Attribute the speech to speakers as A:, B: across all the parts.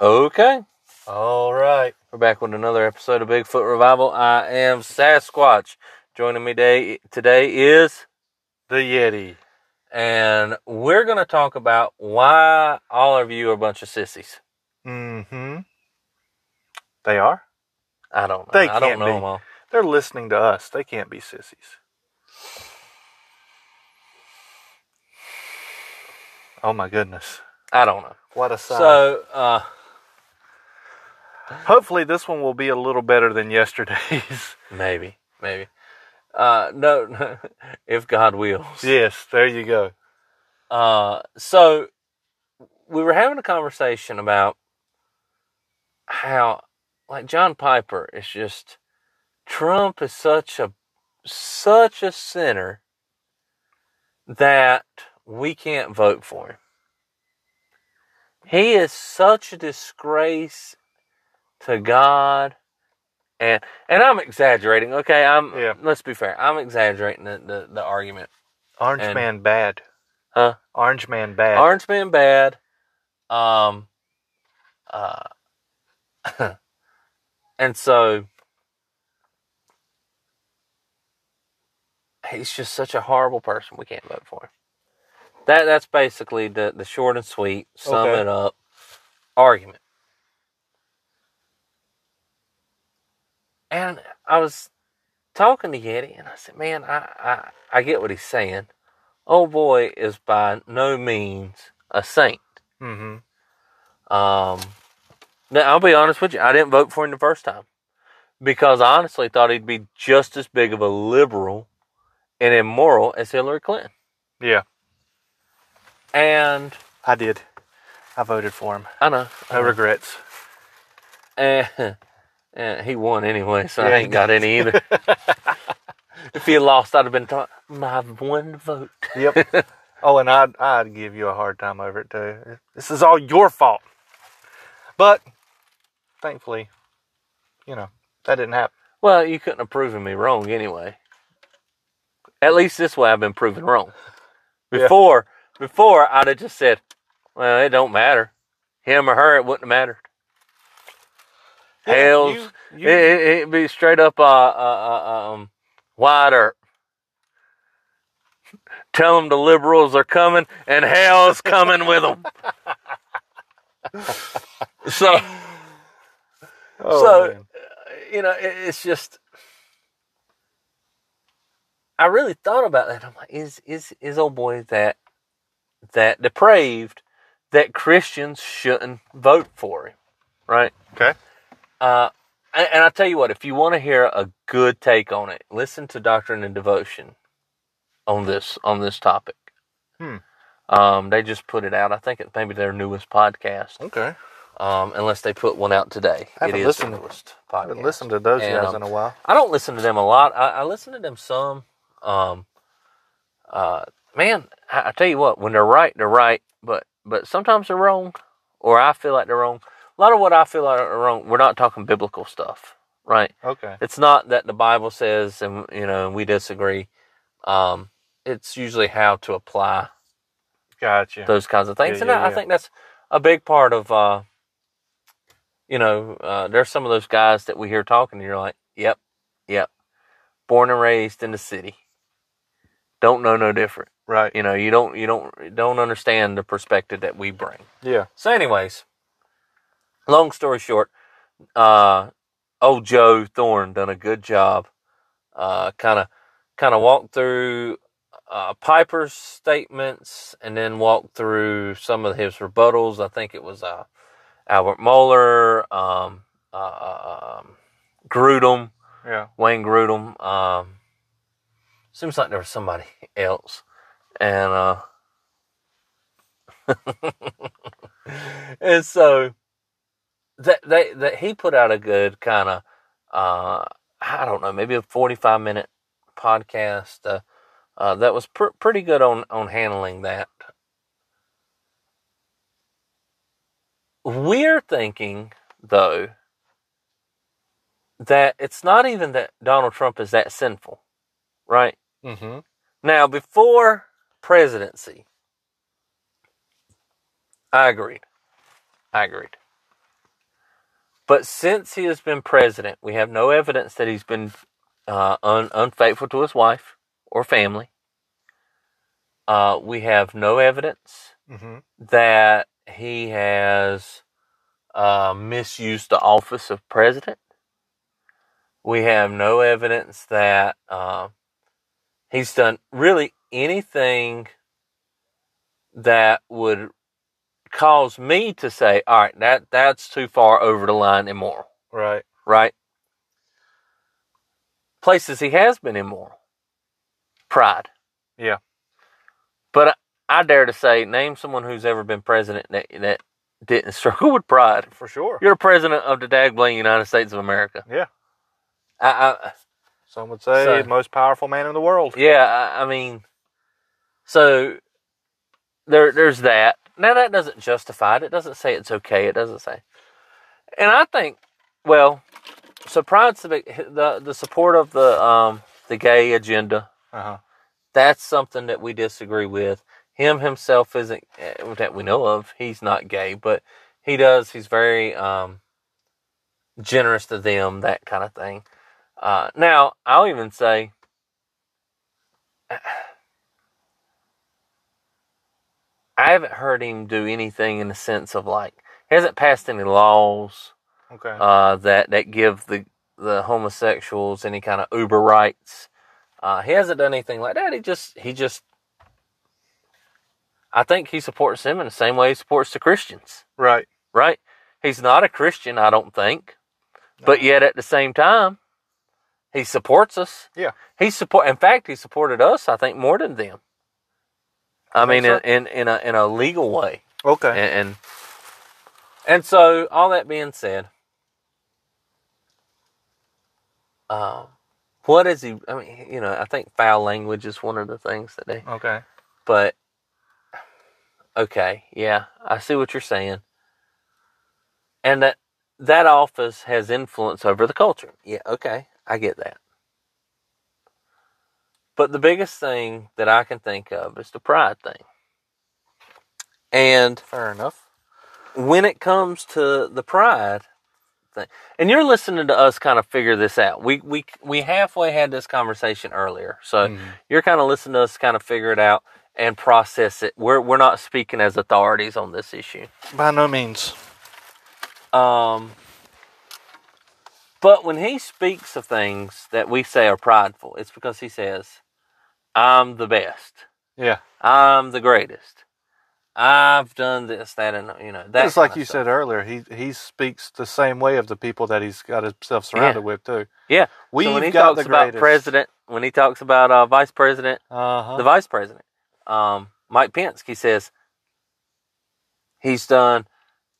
A: Okay.
B: All right.
A: We're back with another episode of Bigfoot Revival. I am Sasquatch. Joining me day, today is,
B: The Yeti.
A: and we're going to talk about why all of you are a bunch of sissies.
B: Mm-hmm. They are.
A: I don't know.
B: They
A: I don't
B: can't
A: know
B: be.
A: them all.
B: They're listening to us. They can't be sissies. Oh my goodness.
A: I don't know.
B: What a sigh.
A: So, uh,
B: Hopefully this one will be a little better than yesterday's.
A: maybe, maybe. Uh, no, if God wills.
B: yes, there you go.
A: Uh, so we were having a conversation about how like John Piper is just Trump is such a such a sinner that we can't vote for him. He is such a disgrace to God and and I'm exaggerating, okay? I'm
B: Yeah.
A: let's be fair. I'm exaggerating the, the, the argument.
B: Orange
A: And-
B: man bad.
A: Huh?
B: Orange man bad.
A: Orange Man bad. Um, uh, and so he's just such a horrible person. We can't vote for him. That that's basically the the short and sweet sum
B: Okay.
A: it up argument. And I was talking to Yeti, and I said, "Man, I I, I get what he's saying. Old boy is by no means a saint."
B: Mm-hmm.
A: Um, now I'll be honest with you, I didn't vote for him the first time because I honestly thought he'd be just as big of a liberal and immoral as Hillary Clinton.
B: Yeah,
A: And
B: I did. I voted for him.
A: I know,
B: No
A: uh,
B: regrets.
A: and, and he won anyway, so I
B: Yeah, he
A: ain't got any either. if he had lost, I'd have been talking my one vote.
B: Yep. oh, and I'd, I'd give you a hard time over it, too. This is all your fault. But thankfully, you know, that didn't happen.
A: Well, you couldn't have proven me wrong anyway. At least this way, I've been proven wrong.
B: Yeah.
A: Before, before I'd have just said, "Well, it don't matter, him or her, it wouldn't have mattered." Hell,
B: You-
A: it,
B: you-
A: it, it'd be straight up, uh, uh, uh, um, wide earth. Tell them the liberals are coming, and hell's coming with them. so.
B: oh,
A: so- uh,
B: man.
A: you know, it, it's just. I really thought about that. I'm like, is is is old boy that that depraved that Christians shouldn't vote for him, right?
B: Okay.
A: Uh, and, and I tell you what, if you want to hear a good take on it, listen to Doctrine and Devotion on this on this topic.
B: Hmm.
A: Um, they just put it out. I think it's maybe their newest podcast.
B: Okay.
A: Um, unless they put one out today,
B: I
A: it
B: haven't
A: is the
B: listened-
A: newest
B: I
A: podcast.
B: haven't listened to those
A: And,
B: guys
A: um,
B: in a while.
A: I don't listen to them a lot. I, I listen to them some. Um, uh, man, I, I tell you what, when they're right, they're right. But but sometimes they're wrong, or I feel like they're wrong. A lot of what I feel like are wrong. We're not talking biblical stuff, right?
B: Okay.
A: It's not that the Bible says, and you know, and we disagree. Um, it's usually how to apply
B: Gotcha.
A: those kinds of things.
B: Yeah,
A: and
B: yeah,
A: I, I
B: yeah.
A: think that's a big part of, uh, you know, uh, there's some of those guys that we hear talking, and you're like, yep, yep. Born and raised in the city. Don't know no different.
B: right.
A: You know, you don't, you don't, don't understand the perspective that we bring.
B: Yeah.
A: So, anyways, long story short, uh, old Joe Thorne done a good job. Uh, kind of, kind of walked through uh, Piper's statements and then walked through some of his rebuttals. I think it was uh, Albert Moeller, um, uh, uh, um, Grudem,
B: Yeah.
A: Wayne Grudem. Um, seems like there was somebody else, and uh, and so that they that he put out a good kind of uh, I don't know maybe a forty five minute podcast uh, uh, that was pr- pretty good on on handling that. We're thinking though that it's not even that Donald Trump is that sinful, right?
B: Mm-hmm.
A: Now, before presidency, I agreed. I agreed. But since he has been president, we have no evidence that he's been uh, un- unfaithful to his wife or family. Uh, we have no evidence
B: Mm-hmm.
A: that he has uh, misused the office of president. We have no evidence that uh, he's done really anything that would cause me to say, "All right, that that's too far over the line immoral."
B: Right.
A: Right? Places he has been immoral, pride.
B: Yeah.
A: But I, I dare to say, name someone who's ever been president that that didn't struggle with pride.
B: For sure.
A: You're president of the dagbling United States of America.
B: Yeah.
A: I, I
B: Some would say
A: So-
B: the most powerful man in the world.
A: yeah, I, I mean, so there there's that. Now that doesn't justify it. It doesn't say it's okay. It doesn't say. And I think, well, so pride's the big- the the support of the um the gay agenda.
B: Uh huh.
A: That's something that we disagree with. Him himself isn't eh, that we know of. He's not gay, but he does. He's very um generous to them, that kind of thing. Uh, now, I'll even say I haven't heard him do anything in the sense of like he hasn't passed any laws
B: Okay.
A: uh, that that give the the homosexuals any kind of uber rights. Uh, he hasn't done anything like that. He just he just I think he supports them in the same way he supports the Christians,
B: right.
A: right? He's not a Christian, I don't think, but yet at the same time, he supports us.
B: Yeah.
A: he support. In fact, he supported us. I think more than them. I, mean,
B: think so.
A: in, in in a in a legal way
B: Okay.
A: and, and and so all that being said um what is he i mean you know i think foul language is one of the things that they
B: okay.
A: but okay yeah i see what you're saying and that that office has influence over the culture yeah okay i get that but the biggest thing that i can think of is the pride thing and
B: Fair enough.
A: when it comes to the pride thing, and you're listening to us kind of figure this out. We we we halfway had this conversation earlier, so
B: Mhm.
A: you're kind of listening to us kind of figure it out and process it. We're we're not speaking as authorities on this issue.
B: By no means.
A: Um, but when he speaks of things that we say are prideful, it's because he says, "I'm the best.
B: Yeah.
A: I'm the greatest. I've done this, that, and you know that."
B: It's like
A: kinda
B: you
A: stuff."
B: said earlier. He he speaks the same way of the people that he's got himself surrounded with too.
A: Yeah.
B: We've
A: so when he
B: got
A: talks
B: the
A: about
B: greatest.
A: president, when he talks about uh, vice president,
B: Uh huh.
A: the vice president, um, Mike Pence, he says he's done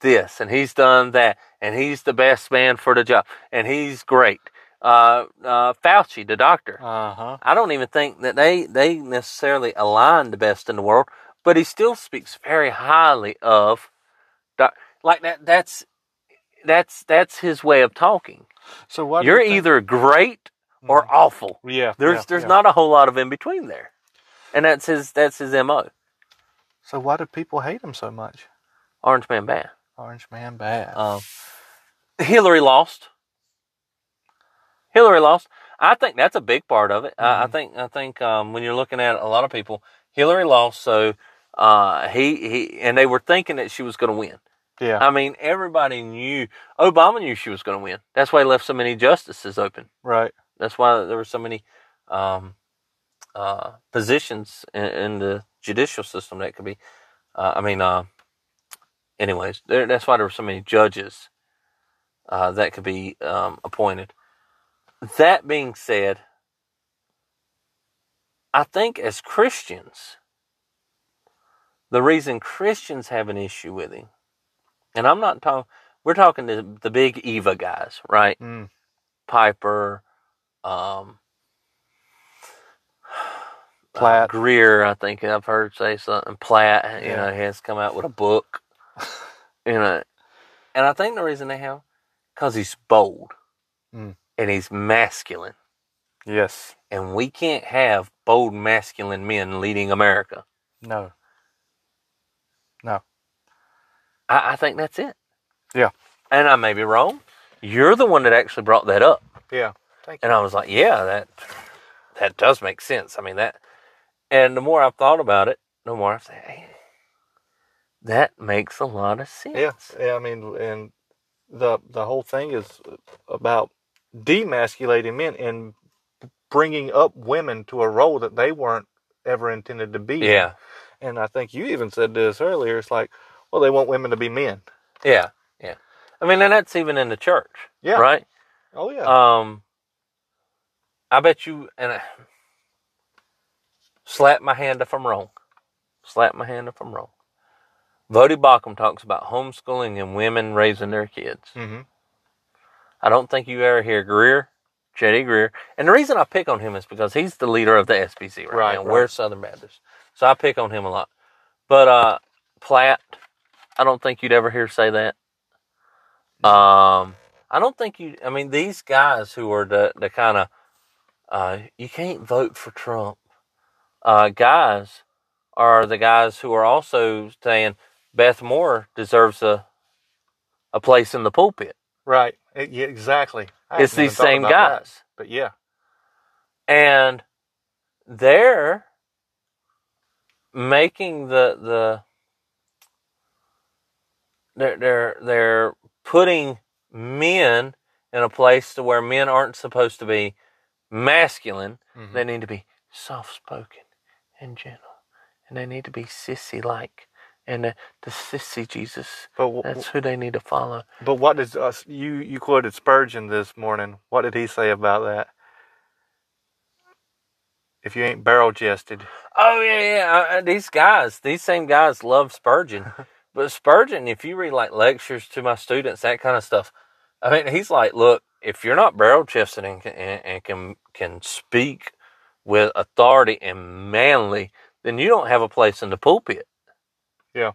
A: this and he's done that and he's the best man for the job and he's great. Uh, uh, Fauci, the doctor,
B: Uh huh.
A: I don't even think that they they necessarily align the best in the world, but he still speaks very highly of, doc- like that. That's that's that's his way of talking.
B: So what? do you
A: You're
B: think-
A: either great or awful.
B: Yeah.
A: There's
B: Mm-hmm. yeah,
A: there's
B: yeah.
A: not a whole lot of in between there, and that's his that's his mo.
B: So why do people hate him so much?
A: Orange man bad.
B: Orange man bad.
A: Um, Hillary lost. Hillary lost. I think that's a big part of it. I, I
B: Mm-hmm.
A: think I think um, when you're looking at a lot of people, Hillary lost. So uh, he he and they were thinking that she was going to win.
B: yeah.
A: I mean, everybody knew Obama knew she was going to win. That's why he left so many justices open.
B: right.
A: That's why there were so many um, uh, positions in, in the judicial system that could be. Uh, I mean, uh, anyways, there, that's why there were so many judges uh, that could be um, appointed. That being said, I think as Christians, the reason Christians have an issue with him, and I'm not talking, we're talking to the big Eva guys, right?
B: Mm.
A: Piper, um, uh,
B: Platt.
A: Greer, I think I've heard say something. Platt, you
B: Yeah.
A: know, has come out with a book, you know, and I think the reason they have, because he's bold
B: Mm.
A: and he's masculine,
B: Yes.
A: and we can't have bold masculine men leading America.
B: No.
A: I, I think that's it.
B: Yeah.
A: and I may be wrong. you're the one that actually brought that up.
B: Yeah. Thank you.
A: And I was like, yeah, that that does make sense. I mean that and the more I've thought about it, the more I've said, hey, that makes a lot of sense.
B: Yeah. Yeah. I mean, and the the whole thing is about demasculating men and bringing up women to a role that they weren't ever intended to be. in.
A: Yeah.
B: And I think you even said this earlier. It's like, well, they want women to be men.
A: Yeah. Yeah. I mean, and that's even in the church.
B: Yeah.
A: Right?
B: Oh yeah.
A: Um, I bet you, and I, slap my hand if I'm wrong. Slap my hand if I'm wrong. Vody Bacham talks about homeschooling and women raising their kids.
B: mm-hmm.
A: I don't think you ever hear Greer, J.D. Greer. And the reason I pick on him is because he's the leader of the SBC right,
B: Right,
A: now.
B: right.
A: We're Southern Baptists. So I pick on him a lot. But uh, Platt, I don't think you'd ever hear say that. Um, I don't think you, I mean, these guys who are the, the kind of, uh, you can't vote for Trump uh, guys are the guys who are also saying Beth Moore deserves a a place in the pulpit.
B: Right. It- yeah, exactly. I
A: it's
B: hadn't even
A: these
B: thought
A: same
B: about that.
A: guys.
B: But yeah.
A: and they're making the the they're they're they're putting men in a place to where men aren't supposed to be masculine.
B: Mhm.
A: They need to be soft spoken and gentle, and they need to be sissy like. And the, the sissy Jesus,
B: But w-
A: that's who they need to follow.
B: But what does us you you quoted Spurgeon this morning? What did he say about that? If you ain't barrel jested,
A: Oh yeah, yeah. Uh, uh, these guys, these same guys, love Spurgeon. but Spurgeon, if you read like lectures to my students, that kind of stuff, I mean, he's like, look, if you're not barrel chested and, can- and, and can can speak with authority and manly, then you don't have a place in the pulpit.
B: Yeah.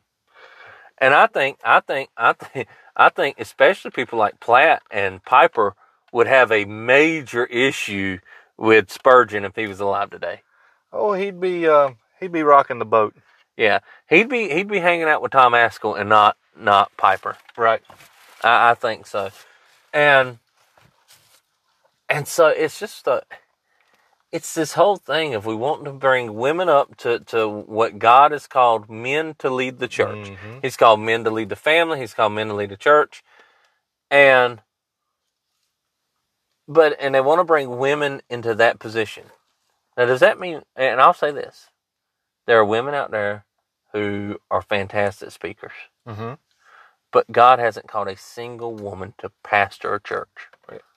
A: And I think, I think, I think, I think, especially people like Platt and Piper would have a major issue with Spurgeon if he was alive today.
B: oh, he'd be uh, he'd be rocking the boat,
A: Yeah, he'd be he'd be hanging out with Tom Askell and not not Piper.
B: right?
A: I, I think so, and and so it's just a it's this whole thing of we want to bring women up to to what God has called men to lead the church.
B: Mhm.
A: He's called men to lead the family. He's called men to lead the church, and but and they want to bring women into that position. Now, does that mean? And I'll say this: there are women out there who are fantastic speakers,
B: Mm-hmm.
A: but God hasn't called a single woman to pastor a church.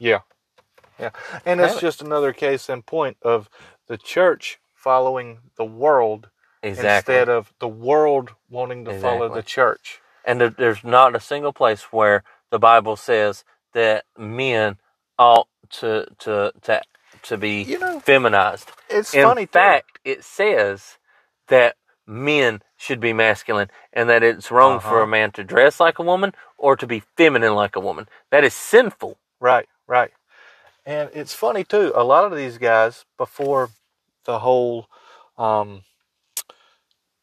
B: Yeah, yeah. And it's
A: Really?
B: just another case in point of the church following the world
A: Exactly.
B: instead of the world wanting to follow
A: Exactly.
B: the church.
A: and there, there's not a single place where the Bible says that men ought to to to to be
B: You know,
A: feminized.
B: It's
A: In
B: funny too.
A: fact, it says that men should be masculine and that it's wrong for
B: Uh-huh.
A: a man to dress like a woman or to be feminine like a woman. That is sinful.
B: Right, right. And it's funny too. A lot of these guys before the whole um,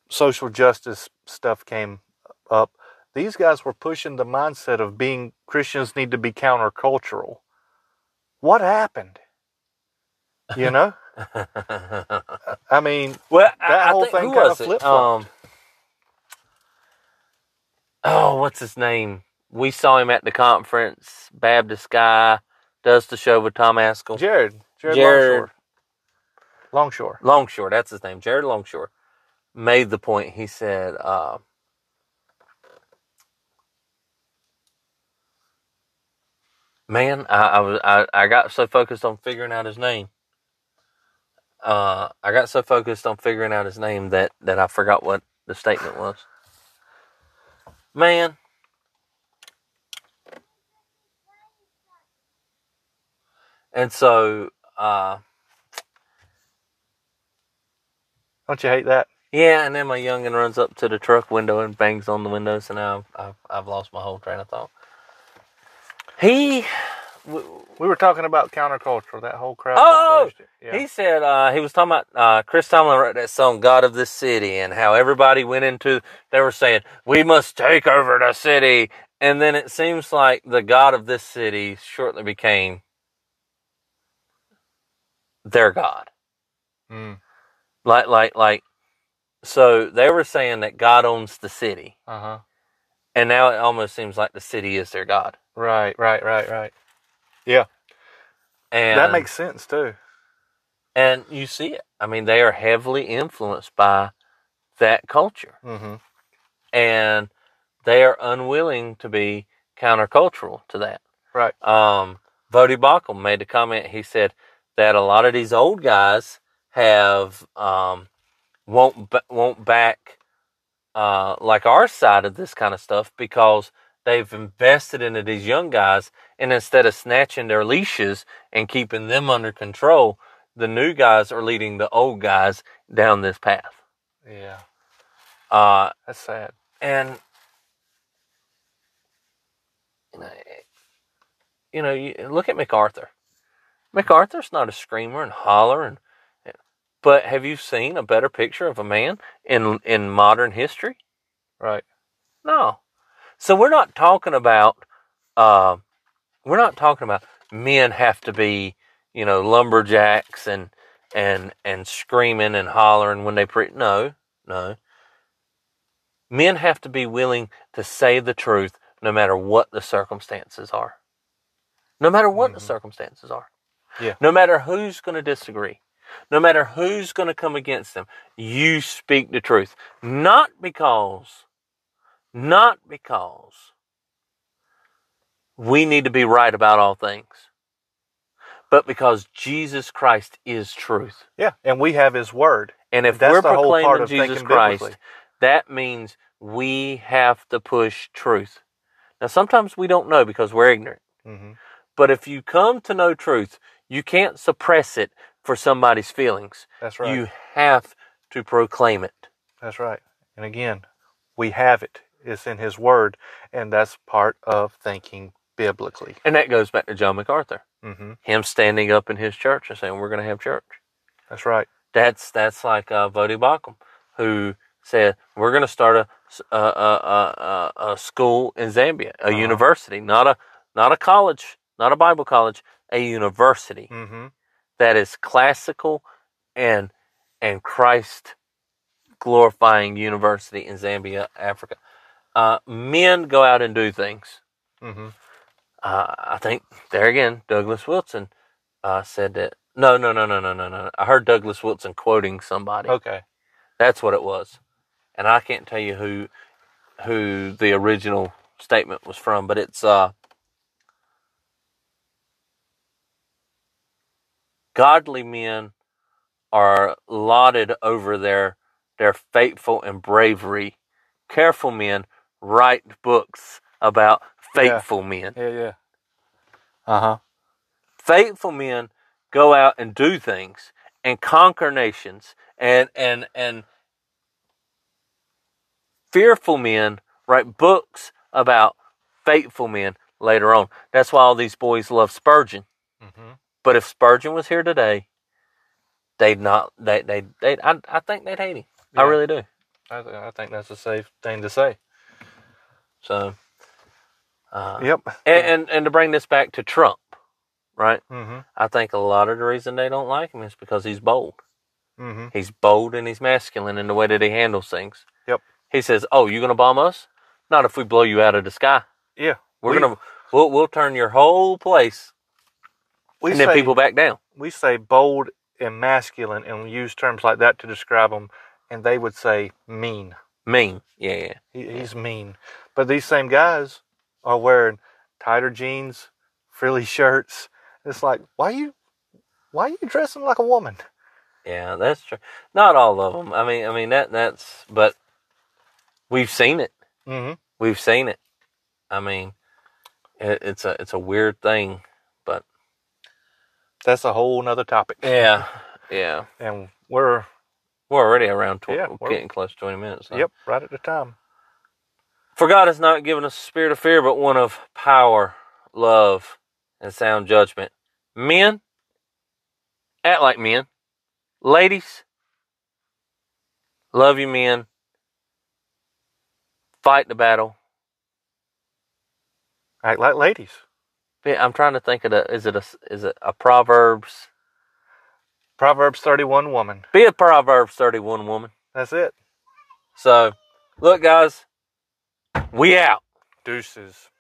B: social justice stuff came up, these guys were pushing the mindset of being Christians need to be countercultural. What happened? You know, I mean,
A: Well,
B: That
A: I,
B: whole
A: I think,
B: thing
A: who
B: kinda
A: was it?
B: flip-flopped.
A: Um, oh, what's his name? We saw him at the conference. Baptist guy does the show with Tom Askell.
B: Jared, Jared,
A: Jared-
B: Longshore, Longshore.
A: Longshore, that's his name. Jared Longshore made the point. He said, uh, "Man, I, I was I, I got so focused on figuring out his name. Uh, I got so focused on figuring out his name that that I forgot what the statement was. Man, and so." Uh,
B: Don't you hate that?
A: Yeah, and then my youngin runs up to the truck window and bangs on the window, so now I've, I've, I've lost my whole train of thought. He, w-
B: We were talking about counterculture. That whole crowd.
A: Oh,
B: pushed it. yeah.
A: he said uh, he was talking about uh, Chris Tomlin wrote that song "God of this City" and how everybody went into they were saying we must take over the city And then it seems like the god of this city shortly became their god.
B: Mm.
A: Like, like, like, so they were saying that God owns the city.
B: Uh huh.
A: And now it almost seems like the city is their god.
B: Right, right, right, right. Yeah,
A: And
B: that makes sense too.
A: and you see it. I mean, they are heavily influenced by that culture.
B: Mm-hmm.
A: And they are unwilling to be countercultural to that.
B: Right.
A: Um, Vody Bacham made a comment. He said that a lot of these old guys have um, won't ba- won't back uh, like our side of this kind of stuff because they've invested into these young guys, and instead of snatching their leashes and keeping them under control, the new guys are leading the old guys down this path.
B: Yeah,
A: Uh,
B: that's sad.
A: and you know, you know, you look at MacArthur. MacArthur's not a screamer and holler and but have you seen a better picture of a man in in modern history?
B: Right.
A: No. So we're not talking about uh, we're not talking about men have to be, you know, lumberjacks and and and screaming and hollering when they pre no, no. Men have to be willing to say the truth no matter what the circumstances are. No matter what the
B: Mhm.
A: circumstances are.
B: Yeah.
A: No matter who's going to disagree, no matter who's going to come against them, you speak the truth. Not because, not because we need to be right about all things, but because Jesus Christ is truth.
B: Yeah, and we have His Word.
A: And if
B: That's
A: we're
B: the whole part
A: proclaiming
B: of
A: Jesus
B: thinking
A: Christ,
B: biblically.
A: that means we have to push truth. Now, sometimes we don't know because we're ignorant.
B: Mm-hmm.
A: But if you come to know truth, you can't suppress it for somebody's feelings.
B: That's right.
A: You have to proclaim it.
B: That's right. And again, we have it. It's in His Word, and that's part of thinking biblically.
A: And that goes back to John MacArthur,
B: Mm-hmm.
A: him standing up in his church and saying, We're going to have church.
B: That's right.
A: That's that's like uh, Vody Bacham, who said, We're going to start a, s- a, a- a- a- a school in Zambia, a
B: Uh-huh.
A: university, not a, not a college, not a Bible college, a university
B: Mm-hmm.
A: that is classical and, and Christ glorifying university in Zambia, Africa. Uh, men go out and do things.
B: Mm-hmm.
A: Uh, I think there again, Douglas Wilson uh, said that. No, no, no, no, no, no, no. I heard Douglas Wilson quoting somebody.
B: Okay.
A: That's what it was, and I can't tell you who who the original statement was from, but it's uh, godly men are lauded over their their faithful and bravery. Careful men write books about
B: Yeah.
A: faithful men.
B: Yeah. Yeah. Uh huh.
A: faithful men go out and do things and conquer nations and and and fearful men write books about faithful men later on that's why all these boys love spurgeon
B: Mm-hmm.
A: but if spurgeon was here today they'd not they they they i, I think they'd hate him i
B: Yeah.
A: really do
B: I, th- I think that's a safe thing to say.
A: so uh
B: Yep.
A: and, and and to bring this back to trump right
B: Mm-hmm.
A: i think a lot of the reason they don't like him is because he's bold
B: Mm-hmm.
A: He's bold and he's masculine in the way that he handles things.
B: Yep.
A: He says, "Oh, you gonna bomb us? Not if we blow you out of the sky.
B: Yeah.
A: We're
B: we,
A: gonna we'll we'll turn your whole place
B: we
A: and then
B: say,
A: people back down."
B: we say bold and masculine and use terms like that to describe them, and they would say mean.
A: Mean, yeah, yeah.
B: He, he's mean. But these same guys are wearing tighter jeans, frilly shirts. It's like, why you why you dressing like a woman?
A: yeah that's true. Not all of them. I mean, I mean that that's but we've seen it.
B: Mm-hmm.
A: We've seen it. I mean, it, it's a it's a weird thing, but
B: That's a whole nother topic.
A: yeah, yeah.
B: And we're
A: We're already around tw-
B: Yeah, we're-
A: getting close to twenty minutes. so.
B: yep, right at the time.
A: For God has not given us a spirit of fear, but one of power, love, and sound judgment. Men, act like men. Ladies, love you, men. Fight the battle.
B: Act like ladies.
A: Yeah, I'm trying to think of the, is it a is it a Proverbs?
B: Proverbs 31 woman.
A: Be a Proverbs 31 woman.
B: That's it.
A: So, look, guys, we out.
B: Deuces.